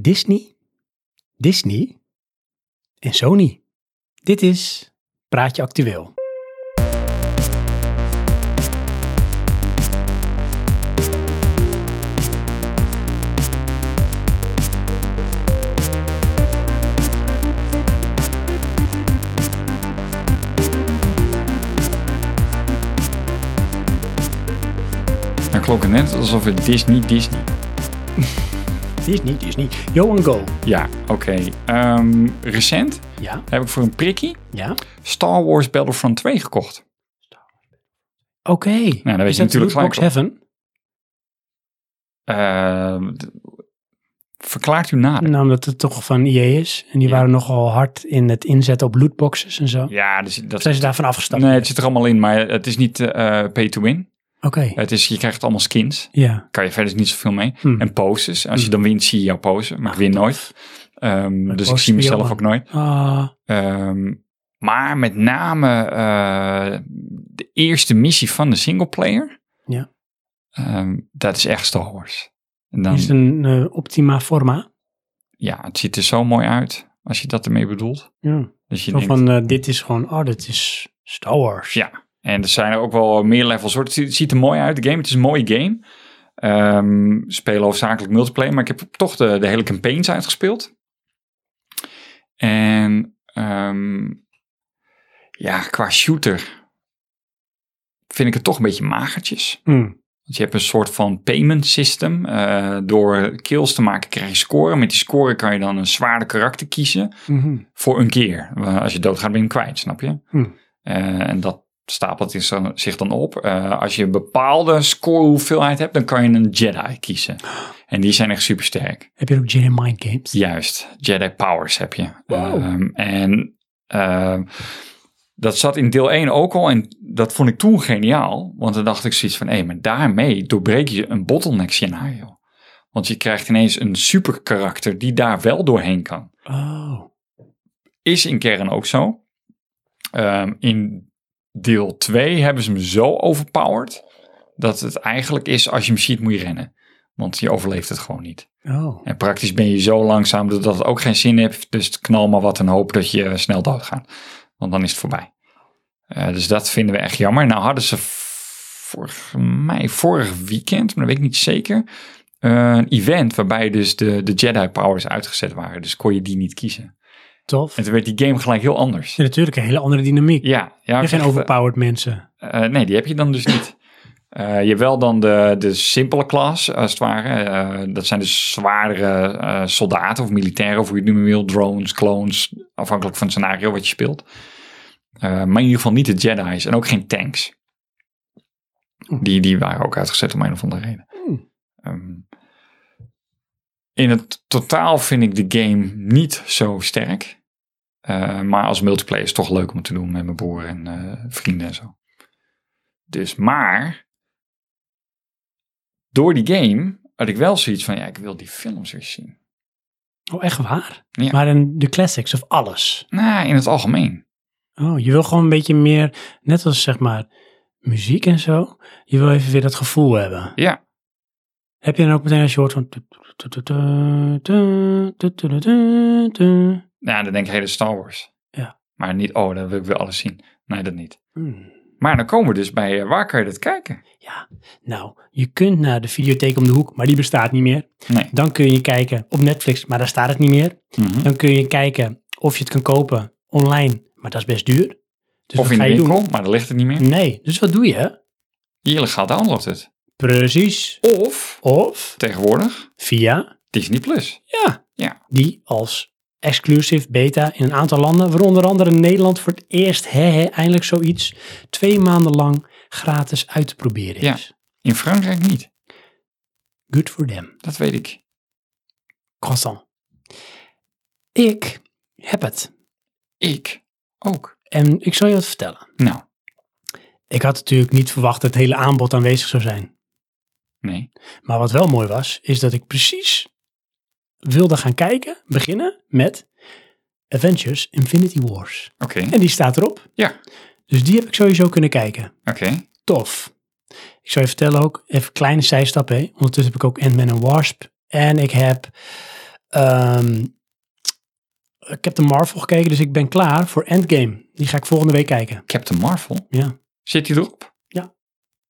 Disney, Disney en Sony. Dit is Praatje Actueel. Dan klonk het net alsof het Disney Disney. Disney, Disney. Johan Go. Ja, oké. Ehm, recent Ja, heb ik voor een prikkie ja. Oké. Star Wars Battlefront 2 gekocht. Nou, weet is je dat natuurlijk Lootbox gelijk Heaven? Ehm, d- verklaart u nader. Nou, omdat het toch van EA is. En die Ja. waren nogal hard in het inzetten op lootboxes en zo. Ja, dus dat, Zijn ze daarvan afgestapt? nee, het zit er allemaal in, maar het is niet eh, pay to win. Oké. Het is, je krijgt allemaal skins. Ja. Kan je verder niet zoveel mee. Hm. En poses. Als je dan wint, zie je jouw pose. Maar ik win nooit. Ehm, dus ik poses zie weer mezelf allemaal. ook nooit. Ah, Ehm, maar met name eh, de eerste missie van de singleplayer. Ja. Ehm, dat is echt Star Wars. En dan, is het een eh, optima forma? Ja, het ziet er zo mooi uit. Als je dat ermee bedoelt. Ja. Dus je Zo denkt, van, eh, dit is gewoon, oh, dit is Star Wars. Ja, en er zijn er ook wel meer levels. Hoor. Het ziet- het ziet er mooi uit, de game. Het is een mooie game. Ehm spelen hoofdzakelijk multiplayer, maar ik heb toch de, de hele campaigns uitgespeeld. En ehm, ja, qua shooter vind ik het toch een beetje magertjes. Hm. Want je hebt een soort van payment system. Eh, door kills te maken krijg je scoren. Met die scoren kan je dan een zwaarder karakter kiezen Mhm. voor een keer. Eh, Als je doodgaat ben je hem kwijt, snap je? Hm. Eh, en dat stapelt is dan- zich dan op. Eh, als je een bepaalde scorehoeveelheid hebt, dan kan je een Jedi kiezen. En die zijn echt super sterk. Heb je ook Jedi Mind Games? Juist, Jedi powers heb je. Wow. Ehm, en ehm, dat zat in deel 1 ook al en dat vond ik toen geniaal. Want dan dacht ik zoiets van, hé, maar daarmee doorbreek je een bottleneck scenario. Want je krijgt ineens een super karakter die daar wel doorheen kan Oh. is in kern ook zo. Ehm, in deel 2 hebben ze hem zo overpowered dat het eigenlijk is als je hem ziet moet je rennen. Want je overleeft het gewoon niet. Oh. En praktisch ben je zo langzaam dat het ook geen zin heeft. Dus het knal maar wat en hoop dat je eh, snel doodgaat. Want dan is het voorbij. Eh, dus dat vinden we echt jammer. Nou hadden ze vorig, mei, vorig weekend, maar dat weet ik niet zeker. Een event waarbij dus de, de Jedi powers uitgezet waren. Dus kon je die niet kiezen. Tof. En toen werd die game gelijk heel anders. Ja, natuurlijk een hele andere dynamiek. Ja, ja. je geen echt, overpowered mensen. eh, eh, nee, die heb je dan dus niet. Eh, je hebt wel dan de, de simpele klas, als het ware. Eh, dat zijn dus zwaardere eh, soldaten of militairen, of hoe je het noemen wil. Drones, clones, afhankelijk van het scenario wat je speelt. Eh, maar in ieder geval niet de Jedi's en ook geen tanks. Die, die waren ook uitgezet om een of andere reden. Hmm. Ehm, in het totaal vind ik de game niet zo sterk. Eh, maar als multiplayer is het toch leuk om te doen met mijn broer en eh, vrienden en zo. Dus, maar door die game had ik wel zoiets van, ja, ik wil die films weer zien. Oh, echt waar? Ja. Maar in de classics of alles. Nou, in het algemeen. Oh, je wil gewoon een beetje meer, net als zeg maar muziek en zo. Je wil even weer dat gevoel hebben. Ja, Heb je dan ook meteen als je hoort van... nou, dan denk ik, hey, dat is Star Wars. Ja. Maar niet, oh, dan wil ik weer alles zien. Nee, dat niet. Hmm. Maar dan komen we dus bij, eh, waar kan je dat kijken? Ja, nou, je kunt naar de videotheek om de hoek, maar die bestaat niet meer. Nee. Dan kun je kijken op Netflix, maar daar staat het niet meer. Mhm. Dan kun je kijken of je het kan kopen online, maar dat is best duur. Dus of wat in ga de je doen? winkel, maar dan ligt het niet meer. Nee, dus wat doe je? Illegaal downloadt het. Precies. Of, Of tegenwoordig, via, Disney+. Plus. ja, Ja. die als exclusive beta in een aantal landen, waar onder andere Nederland voor het eerst, hè, hè, eindelijk zoiets, twee maanden lang gratis uit te proberen Ja. is. In Frankrijk niet. Good for them. Dat weet ik. Croissant. Ik heb het. Ik ook. En ik zal je wat vertellen. Nou, Ik had natuurlijk niet verwacht dat het hele aanbod aanwezig zou zijn. nee. Maar wat wel mooi was, is dat ik precies wilde gaan kijken, beginnen met Avengers Infinity Wars. Oké, En die staat erop. Ja. Dus die heb ik sowieso kunnen kijken. oké. Tof. Ik zou je vertellen ook, even een kleine zijstap. Hè. Ondertussen heb ik ook Ant-Man en Wasp. En ik heb Ehm, ik heb de Marvel gekeken, dus ik ben klaar voor Endgame. Die ga ik volgende week kijken. Captain Marvel? Ja. Zit hij erop?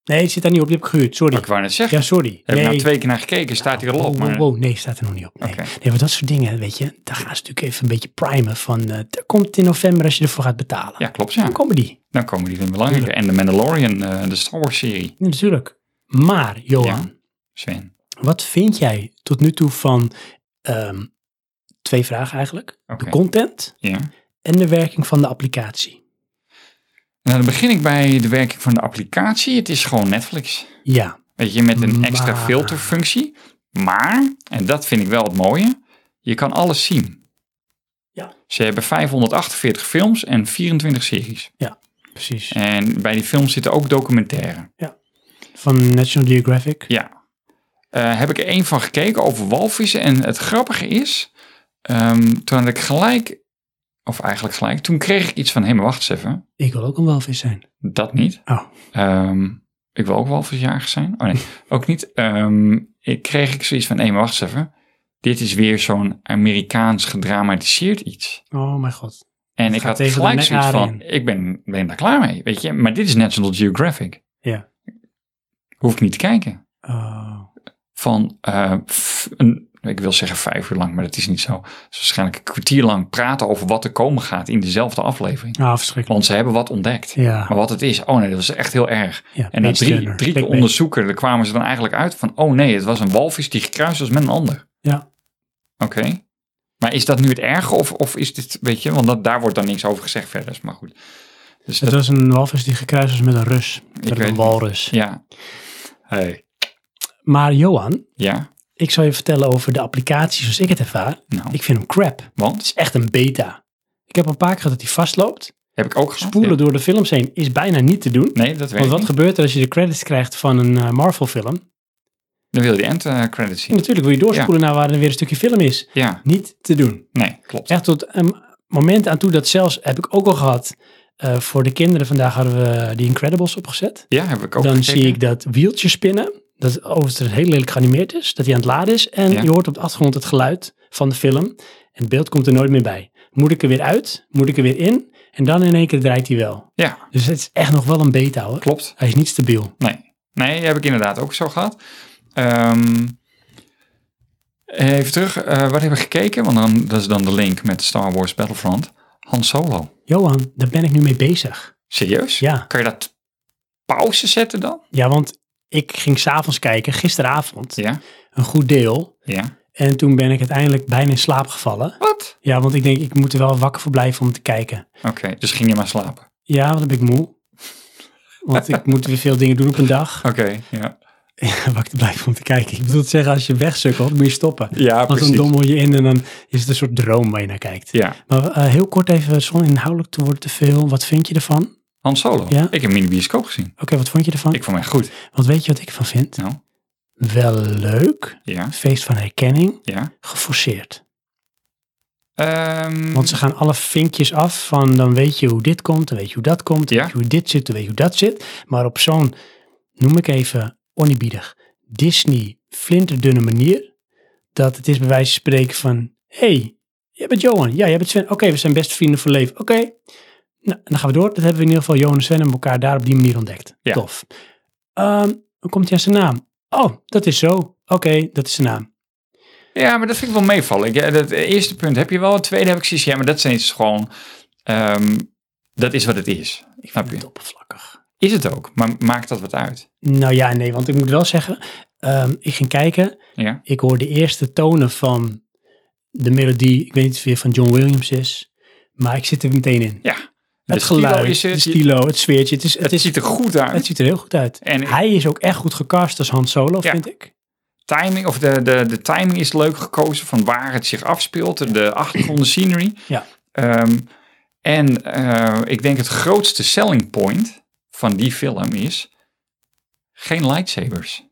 Nee, het zit daar niet op. Die heb ik gehuurd. Sorry. Ik wou net zeggen. Ja, sorry. Heb nee. ik nou twee keer naar gekeken, staat hij erop. Wow, wow, Maar... wow, nee, staat er nog niet op. Nee. Oké. nee, maar dat soort dingen, weet je, daar gaan ze natuurlijk even een beetje primen van, eh, daar komt het in november als je ervoor gaat betalen. Ja, klopt. Een Ja. comedy, Dan komen die weer belangrijker. En de Mandalorian, eh, de Star Wars serie. Ja, natuurlijk. Maar, Johan, Sven. wat vind jij tot nu toe van, ehm, twee vragen eigenlijk, Oké. de content Ja. en de werking van de applicatie? Nou, dan begin ik bij de werking van de applicatie. Het is gewoon Netflix. Ja, Weet je, met een extra Maar- filterfunctie. Maar, en dat vind ik wel het mooie, je kan alles zien. Ja. Ze hebben 548 films en 24 series. precies. En bij die films zitten ook documentaire. Van National Geographic. Ja. Eh, heb ik er één van gekeken over walvissen. En het grappige is, ehm, toen had ik gelijk, of eigenlijk gelijk, toen kreeg ik iets van, hé, maar wacht eens even. Ik wil ook een walvis zijn. Dat niet. Oh. Ehm, ik wil ook wel verjaardag zijn. Oh nee, ook niet. Ehm, ik kreeg ik zoiets van, hé, maar wacht eens even. Dit is weer zo'n Amerikaans gedramatiseerd iets. Oh mijn god. En Het ik gaat had tegen de gelijk zoiets nekhaar van, ik ben, ben daar klaar mee, weet je. Maar dit is National Geographic. Ja. Hoef ik niet te kijken. Oh. Van, eh, f- een, ik wil zeggen vijf uur lang, maar dat is niet zo. Het is waarschijnlijk een kwartier lang praten over wat er komen gaat in dezelfde aflevering. Ah, verschrikkelijk. Want ze hebben wat ontdekt. Ja. Maar wat het is, oh nee, dat was echt heel erg. ja En na page drie, turner. drie keer Clickbait. onderzoeken, daar kwamen ze dan eigenlijk uit van... oh nee, het was een walvis die gekruist was met een ander. Ja. Oké. Maar is dat nu het erge of, of is dit, weet je... want dat, daar wordt dan niks over gezegd verder, maar goed. Dus Het dat, was een walvis die gekruist was met een Rus. Met weet een het. walrus. ja. Hey. Maar Johan, Ja, ik zal je vertellen over de applicatie zoals ik het ervaar. nou, Ik vind hem crap. Het want is echt een beta. Ik heb al een paar keer gehad dat hij vastloopt. heb ik ook gespoeld. Spoelen door de films heen is bijna niet te doen. Nee, dat weet Want ik wat niet. gebeurt er als je de credits krijgt van een eh, Marvel-film? Dan wil je die end eh, credits zien. Natuurlijk wil je doorspoelen naar waar er weer een stukje film is. Ja, Niet te doen. nee, klopt. Echt tot een moment aan toe dat zelfs, heb ik ook al gehad, eh, voor de kinderen vandaag hadden we die Incredibles opgezet. Ja, heb ik ook Dan gekeken. zie ik dat wieltje spinnen, dat overigens heel lelijk geanimeerd is, dat hij aan het laden is. En Ja. je hoort op de achtergrond het geluid van de film en het beeld komt er nooit meer bij. Moet ik er weer uit? Moet ik er weer in? En dan in één keer draait hij wel. Ja, Dus het is echt nog wel een beta hoor. klopt. Hij is niet stabiel. Nee. Nee, heb ik inderdaad ook zo gehad. Ehm, even terug. eh, wat hebben we gekeken? Want dan, dat is dan de link met Star Wars Battlefront. Han Solo. Johan, daar ben ik nu mee bezig. Serieus? Ja, Kan je dat pauze zetten dan? ja want ik ging s'avonds kijken, gisteravond, Ja. een goed deel. Ja. En toen ben ik uiteindelijk bijna in slaap gevallen. Wat? Ja, want ik denk, ik moet er wel wakker voor blijven om te kijken. Oké, dus ging je maar slapen. Ja, want dan ben ik moe. Want ik moet weer veel dingen doen op een dag. Oké, ja. wakker blijven om te kijken. Ik bedoel te zeggen, als je wegsukkelt, moet je stoppen. Ja, Want dan dommel je in en dan is het een soort droom waar je naar kijkt. Ja. Maar eh, heel kort even, zonder inhoudelijk te worden te veel. Wat vind je ervan? Oké, Han Solo. Ja. Ik heb hem in de bioscoop gezien. wat vond je ervan? Ik vond mij goed. Wat weet je wat ik ervan vind? Nou. Wel leuk. Ja. Feest van herkenning. Ja. Geforceerd. Ehm, Want ze gaan alle vinkjes af van dan weet je hoe dit komt, dan weet je hoe dat komt, dan Ja. weet je hoe dit zit, dan weet je hoe dat zit. Maar op zo'n, noem ik even oneerbiedig, Disney flinterdunne manier, dat het is bij wijze van spreken van, hey, jij bent Johan, ja, jij bent Sven, oké, we zijn beste vrienden voor leven, oké. Nou, dan gaan we door. Dat hebben we in ieder geval Johan en Sven hebben elkaar daar op die manier ontdekt. Ja. Tof. Ehm, hoe komt hij aan zijn naam? Oh, dat is zo. Oké, dat is zijn naam. Ja, maar dat vind ik wel meevallen. Ik, eh, dat eerste punt heb je wel. Het tweede heb ik zoiets. Ja, maar dat zijn iets gewoon... ehm, dat is wat het is. Ik Snap vind je. het oppervlakkig. Is het ook, maar maakt dat wat uit? Nou ja, nee, want ik moet wel zeggen, ehm, ik ging kijken. Ja, Ik hoor de eerste tonen van de melodie, ik weet niet of het weer van John Williams is, maar ik zit er meteen in. ja. het geluid, is de het, je- stilo, het sfeertje, het, is, het, het is, ziet er goed uit. het ziet er heel goed uit. en Hij is ook echt goed gecast als Han Solo, Ja. vind ik. timing, of de, de, de timing is leuk gekozen van waar het zich afspeelt, de achtergrond, de scenery. Ja. Ehm, en eh, ik denk het grootste selling point van die film is geen lightsabers.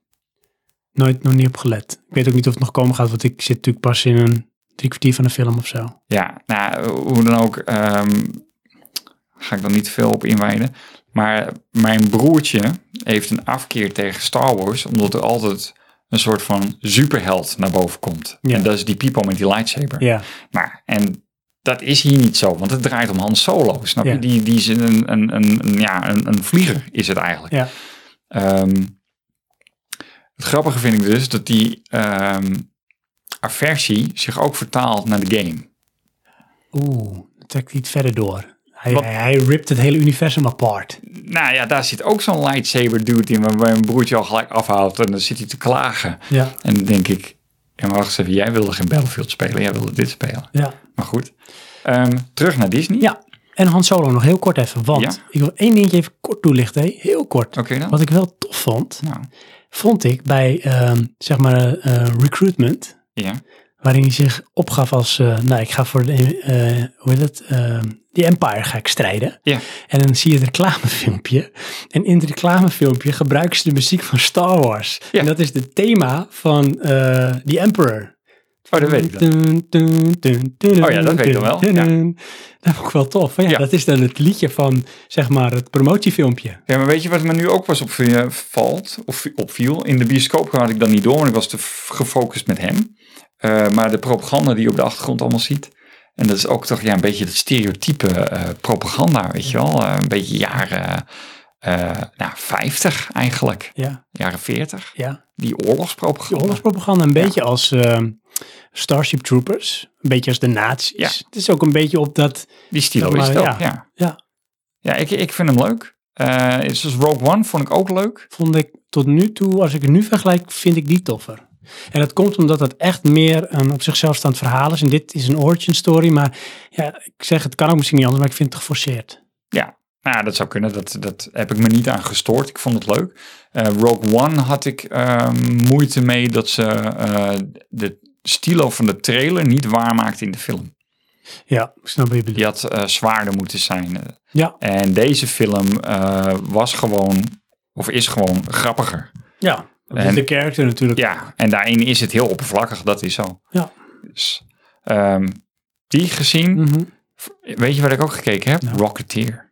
Nooit, nog niet op gelet. Ik weet ook niet of het nog komen gaat, want ik zit natuurlijk pas in een drie kwartier van een film of zo. Ja, nou, hoe dan ook, ehm, ga ik dan niet veel op inwijden. Maar mijn broertje heeft een afkeer tegen Star Wars, omdat er altijd een soort van superheld naar boven komt. Ja. En dat is die Pipo met die lightsaber. Ja, Nou, en dat is hier niet zo, want het draait om Han Solo. Snap je? Ja. Die, die is een, een, een, een- ja, een, een vlieger, is het eigenlijk. ja, Ehm, het grappige vind ik dus dat die ehm, aversie zich ook vertaalt naar de game. oeh, dan trekt hij het verder door. Hij, Wat- hij, hij ript het hele universum apart. Nou ja, daar zit ook zo'n lightsaber dude in waar mijn broertje al gelijk afhoudt en dan zit hij te klagen. Ja, En dan denk ik, ja maar wacht eens even, jij wilde geen Battlefield spelen, jij wilde dit spelen. ja. Maar goed, Ehm, terug naar Disney. Ja, en Han Solo nog heel kort even, want Ja. ik wil één dingetje even kort toelichten, hè. heel kort. Oké dan. Wat ik wel tof vond, Nou, vond ik bij, ehm, zeg maar, eh, recruitment, ja. waarin hij zich opgaf als, eh, nou, ik ga voor, de, eh, hoe heet het, Ehm, die Empire ga ik strijden. Ja. En dan zie je het reclamefilmpje. En in het reclamefilmpje gebruiken ze de muziek van Star Wars. Ja. En dat is het thema van eh The Emperor. Oh, dat weet ik dan. Oh Oh ja, dat weet ik dan wel, Dat vond ik wel tof. Van, ja, Ja. Dat is dan het liedje van, zeg maar, het promotiefilmpje. Ja, maar weet je wat me nu ook was opvi- eh, valt of opviel? In de bioscoop had ik dat niet door, want ik was te f- gefocust met hem. Eh, maar de propaganda die je op de achtergrond allemaal ziet. En dat is ook toch ja, een beetje dat stereotype eh, propaganda, weet je wel? Eh, een beetje jaren eh nou, 50 eigenlijk, Ja, jaren 40. ja. Die oorlogspropaganda. Die oorlogspropaganda een beetje als ehm, Starship Troopers. Een beetje als de nazi's. Ja. Het is ook een beetje op dat... Die stilo Zeg maar, is het ook, ja. ja. Ja, Ja, ik, ik vind hem leuk. Eh, zoals Rogue One vond ik ook leuk. vond ik tot nu toe, als ik het nu vergelijk, vind ik die toffer. En dat komt omdat het echt meer een op zichzelf staand verhaal is. En dit is een origin story. Maar ja, ik zeg, het kan ook misschien niet anders, maar ik vind het geforceerd. Nou, dat zou kunnen. Dat, dat heb ik me niet aan gestoord. Ik vond het leuk. Eh, Rogue One had ik eh, moeite mee dat ze eh, de stilo van de trailer niet waarmaakte in de film. Ja, ik snap wat je bedoelt. Die had eh, zwaarder moeten zijn. Ja. En deze film eh, was gewoon, of is gewoon grappiger. Ja, dat is En- de character natuurlijk. Ja, en daarin is het heel oppervlakkig. Dat is zo. Ja. Dus, ehm, die gezien, Mhm. weet je wat ik ook gekeken heb? Nou. Rocketeer.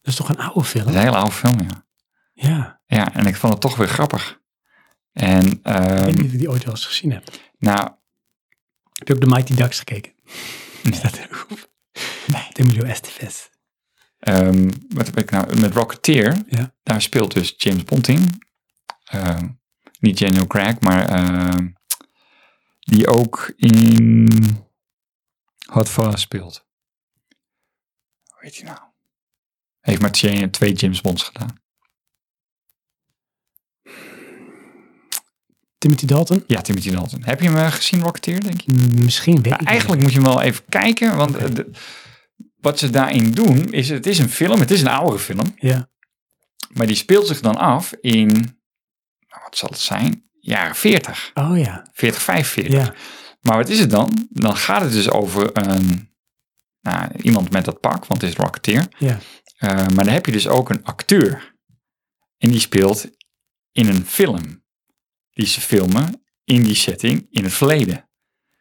Dat is toch een oude Dat is film? een hele oude film, ja. Ja, Ja, en ik vond het toch weer grappig. En ik ehm, weet niet of je die ooit wel eens gezien hebt. nou, Heb je ook de Mighty Ducks gekeken? Nee. Is dat er ook? Nee. Emilio Estevez. ehm, wat heb ik nou? Met Rocketeer, Ja. daar speelt dus James Bond in. Ehm, niet Daniel Craig, maar ehm, die ook in Hot Fuzz speelt. Hoe heet hij nou? Heeft maar twee twee James Bonds gedaan. Timothy Dalton? Ja, Timothy Dalton. Heb je hem eh, gezien, Rocketeer, denk je? Mm, Misschien weet Ja, ik eigenlijk moet je hem wel even kijken, want eh, de- wat ze daarin doen is, het is een film, het is een oudere film, niet. Ja. maar die speelt zich dan af in, nou, wat zal het zijn, jaren 40, Oh ja. 40, 45. Ja. Maar wat is het dan? Dan gaat het dus over een, nou, iemand met dat pak, want het is Rocketeer. Ja. Eh, maar dan heb je dus ook een acteur en die speelt in een film die ze filmen in die setting in het verleden.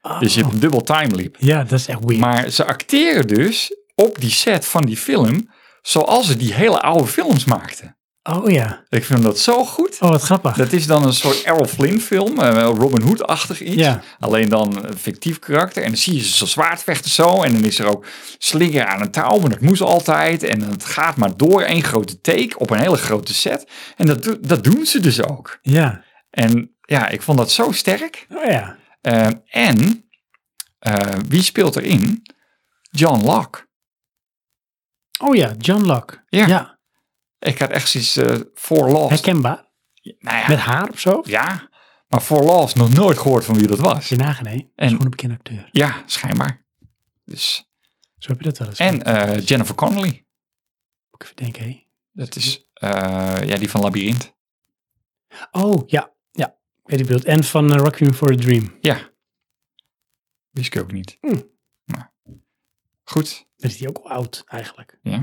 Oh. Dus je hebt een dubbel time leap. ja, dat is echt weird. Maar ze acteren dus op die set van die film zoals ze die hele oude films maakten. oh ja. Ik vind dat zo goed. Oh, wat grappig. Dat is dan een soort Errol Flynn film, eh, wel Robin Hood-achtig iets. Ja. Alleen dan een fictief karakter. En dan zie je ze zo zwaardvechten zo. En dan is er ook slinger aan een touw, maar dat moest altijd. En het gaat maar door één grote take op een hele grote set. En dat, do- dat doen ze dus ook. ja. En ja, ik vond dat zo sterk. Oh ja. Eh, en eh, wie speelt erin? John Locke. Oh ja, John Locke. Ja. Ik had echt zoiets eh voor Lost. Herkenbaar. Nou ja, Met haar of zo? ja, maar voor Lost nog nooit gehoord van wie dat was. Je nagen, nee. Dat is En- gewoon een bekende acteur. Ja, schijnbaar. Dus. Zo heb je dat wel eens. En gehad. eh, Jennifer Connelly. Moet ik even denken, hé. Dat is eh, ja, die van Labyrinth. Oh, ja. Ja. Ik weet het beeld. En van eh, Requiem for a Dream. Ja. Wist ik ook niet. Hm. Maar. Goed. Dan is die ook al oud, eigenlijk. Ja. Maar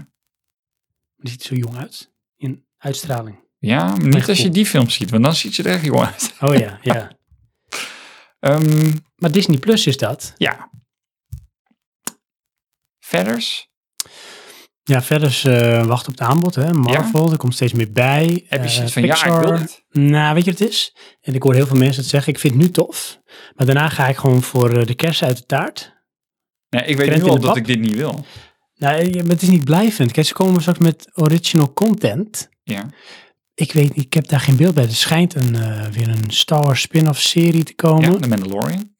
die ziet er zo jong uit. In uitstraling. Ja, maar Mijn niet als je gevoel. die film ziet, want dan ziet je er echt jong uit. Oh ja, ja. Ehm, Maar Disney Plus is dat. ja. Verders? Ja, verder is eh, wachten op het aanbod. Hè. Marvel, er komt steeds meer bij. Heb je Eh, zoiets van, ja, Pixar. ik wil het. Nou, weet je wat het is? En ik hoor heel veel mensen het zeggen, ik vind het nu tof. Maar daarna ga ik gewoon voor eh, de kersen uit de taart. Nee, ik weet Krent nu in de al dat pap. ik dit niet wil. Nou, eh, maar het is niet blijvend. Kijk, ze komen straks met original content. Ja. Oh, Ik weet niet, ik heb daar geen beeld bij. Er schijnt een, eh, weer een Star Wars spin-off serie te komen. ja, Ja. de Mandalorian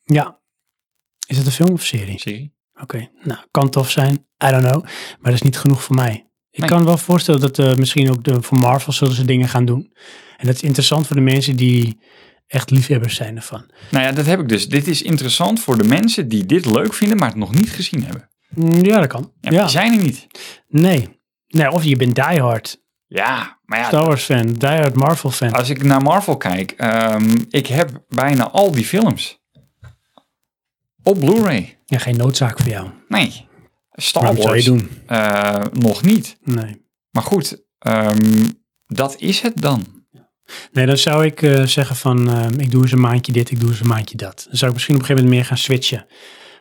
Is het een film of serie? serie. Oké, nou, kan tof zijn. I don't know. Maar dat is niet genoeg voor mij. Ik Nee. kan me wel voorstellen dat eh, misschien ook de, voor Marvel zullen ze dingen gaan doen. En dat is interessant voor de mensen die echt liefhebbers zijn ervan. Nou ja, dat heb ik dus. Dit is interessant voor de mensen die dit leuk vinden, maar het nog niet gezien hebben. Mm, Ja, dat kan. Ja, Ja, maar Die zijn er niet. Nee. nee. Of je bent diehard Ja, maar ja, Ah. Star Wars fan, diehard Marvel fan. als ik naar Marvel kijk, ehm, ik heb bijna al die films. Op Blu-ray. Ja, geen noodzaak voor jou. Nee. Star Waarom zou je Wars doen? eh, nog niet. Nee. Maar goed, ehm, dat is het dan. Nee, dan zou ik eh, zeggen van, eh, ik doe eens een maandje dit, ik doe eens een maandje dat. Dan zou ik misschien op een gegeven moment meer gaan switchen.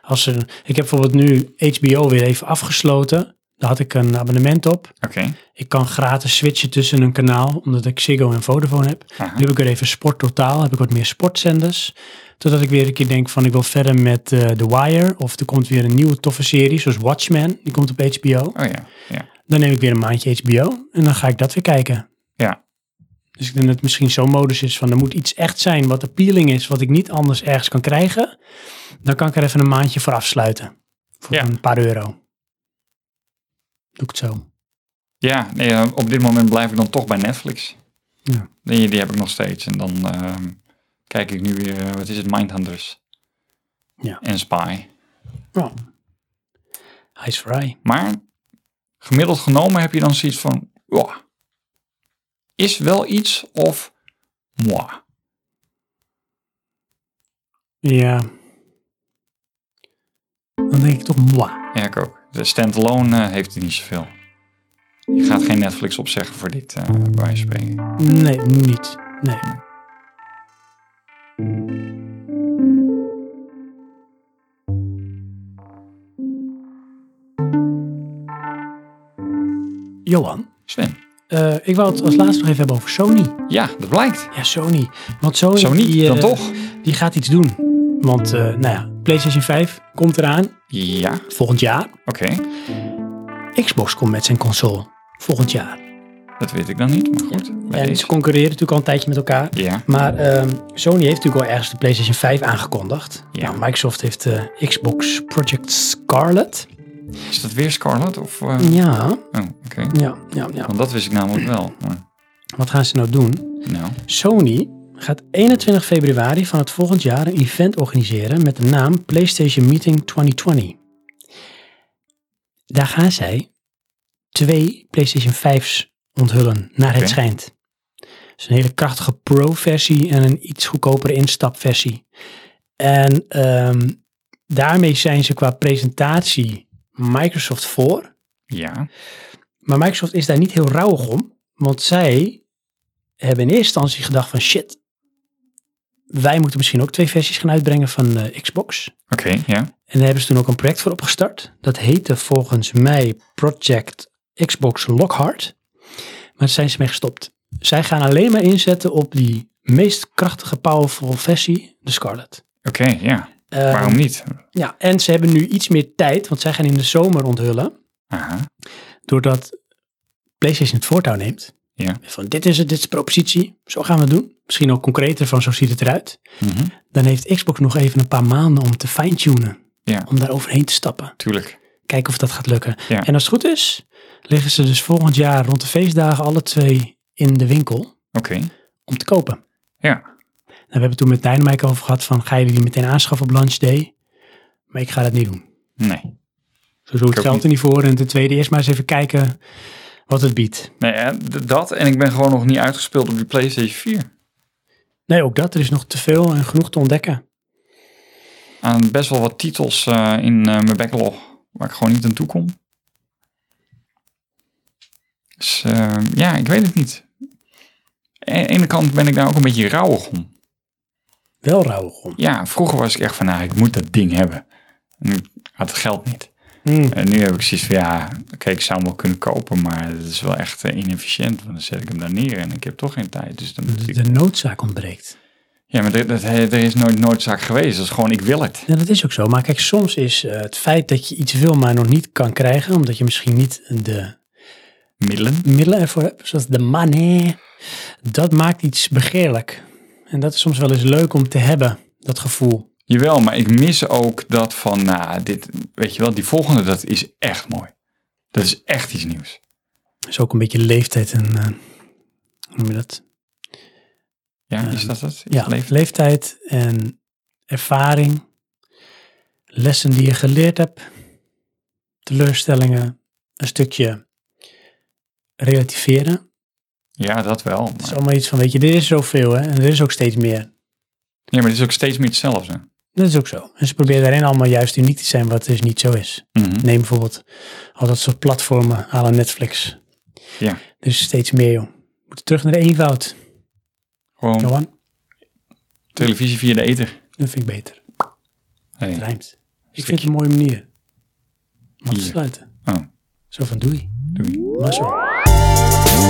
Als er, ik heb bijvoorbeeld nu HBO weer even afgesloten. Daar had ik een abonnement op. Oké. Ik kan gratis switchen tussen een kanaal, omdat ik Ziggo en Vodafone heb. Aha. Nu heb ik er even Sport Totaal, heb ik wat meer sportzenders. Totdat ik weer een keer denk van ik wil verder met eh, The Wire. Of er komt weer een nieuwe toffe serie zoals Watchmen, die komt op HBO. Oh ja. ja. Dan neem ik weer een maandje HBO en dan ga ik dat weer kijken. Ja. Dus ik denk dat het misschien zo'n modus is van er moet iets echt zijn wat appealing is, wat ik niet anders ergens kan krijgen. Dan kan ik er even een maandje voor afsluiten. Voor Ja. een paar euro. Doe ik het zo. Ja, nee, eh, op dit moment blijf ik dan toch bij Netflix. Ja. Die, die heb ik nog steeds. En dan ehm, kijk ik nu weer, eh, wat is het, Mindhunters. Ja. En Spy. Ja. Hij is vrij. Maar gemiddeld genomen heb je dan zoiets van, "Wah, is wel iets of moi. Ja. Dan denk ik toch, moi. Ja, ik ook. De standalone eh, heeft er niet zoveel. Je gaat geen Netflix opzeggen voor dit, eh bij wijze van spreken. Nee, nu niet. Nee. Johan, Sven, eh, ik wou het als laatste nog even hebben over Sony. ja, dat blijkt. Ja, Sony. Want Sony, Zo niet, die, eh, dan toch? die gaat iets doen. Want, eh, nou ja, PlayStation 5 komt eraan Ja, oké. volgend jaar. Xbox komt met zijn console volgend jaar. Dat weet ik dan niet, maar goed. bij En deze. ze concurreren natuurlijk al een tijdje met elkaar. Ja, Maar ehm, Sony heeft natuurlijk al ergens de PlayStation 5 aangekondigd. Ja. Nou, Microsoft heeft eh, Xbox Project Scarlet. is dat weer Scarlett? Of, eh, Mm. Ja, Oh, oké. ja, ja, ja. Want dat wist ik namelijk wel. Maar, Wat gaan ze nou doen? nou, Sony gaat 21 februari van het volgend jaar een event organiseren met de naam PlayStation Meeting 2020. Daar gaan zij twee PlayStation 5's onthullen, naar Oké. het schijnt. Dus een hele krachtige Pro-versie en een iets goedkopere instapversie. En ehm, daarmee zijn ze qua presentatie Microsoft voor. ja. Maar Microsoft is daar niet heel rauwig om, want zij hebben in eerste instantie gedacht van shit, wij moeten misschien ook twee versies gaan uitbrengen van eh, Xbox. Oké, ja. En daar hebben ze toen ook een project voor opgestart. Dat heette volgens mij Project Xbox Lockhart. Maar daar zijn ze mee gestopt. Zij gaan alleen maar inzetten op die meest krachtige, powerful versie, de Scarlet. Oké, ja. Ehm, Waarom niet? Ja, en ze hebben nu iets meer tijd, want zij gaan in de zomer onthullen. Aha. doordat PlayStation het voortouw neemt. Ja. Van dit is het, dit is de propositie, zo gaan we het doen. Misschien ook concreter van zo ziet het eruit. Mhm. Dan heeft Xbox nog even een paar maanden om te fine-tunen. Ja. Om daar overheen te stappen. Tuurlijk. Kijken of dat gaat lukken. Ja. En als het goed is, liggen ze dus volgend jaar rond de feestdagen alle twee in de winkel Oké. om te kopen. Ja. Nou, we hebben het toen met Dynamite over gehad van ga je die meteen aanschaffen op launch day? Maar ik ga dat niet doen. Nee. Zo het ook geld niet. er niet voor. En ten tweede eerst maar eens even kijken wat het biedt. Nee, hè, d- dat en ik ben gewoon nog niet uitgespeeld op die PlayStation 4. Nee, ook dat. Er is nog te veel en genoeg te ontdekken. Aan best wel wat titels eh, in eh, mijn backlog waar ik gewoon niet aan toe kom. Dus eh, ja, ik weet het niet. Aan de ene kant ben ik daar ook een beetje rauwig om. Wel rauwig om. Ja, vroeger was ik echt van, nou, ik moet dat ding hebben. En ik had het geld niet. Hmm. En nu heb ik zoiets van, ja, oké, ik zou hem wel kunnen kopen, maar het is wel echt eh, inefficiënt. Want dan zet ik hem daar neer en ik heb toch geen tijd. Dus dan moet ik... De noodzaak ontbreekt. Ja, maar er, dat, er is nooit noodzaak geweest. Dat is gewoon, ik wil het. Ja, dat is ook zo. Maar kijk, soms is eh, het feit dat je iets wil, maar nog niet kan krijgen, omdat je misschien niet de Middelen. middelen ervoor hebt, zoals de money, dat maakt iets begeerlijk. En dat is soms wel eens leuk om te hebben, dat gevoel. Jawel, maar ik mis ook dat van, nou, dit, weet je wel, die volgende, dat is echt mooi. Dat is echt iets nieuws. Dat is ook een beetje leeftijd en, eh, hoe noem je dat? Ja, Eh, is dat het? Is Ja, het leven? leeftijd en ervaring, lessen die je geleerd hebt, teleurstellingen, een stukje relativeren. Ja, dat wel. Het is Maar, allemaal iets van, weet je, er is zoveel hè, en er is ook steeds meer. ja, maar het is ook steeds meer hetzelfde. Dat is ook zo. En ze proberen daarin allemaal juist uniek te zijn wat dus niet zo is. Mhm. Neem bijvoorbeeld al dat soort platformen à la Netflix. Ja. Dus steeds meer, joh. We moeten terug naar de eenvoud, Gewoon Johan. televisie via de ether. Dat vind ik beter. Hey. Het rijmt. Ik Stukje. vind het een mooie manier om af te Hier. sluiten. Oh, Zo van doei. doei. Mazzel.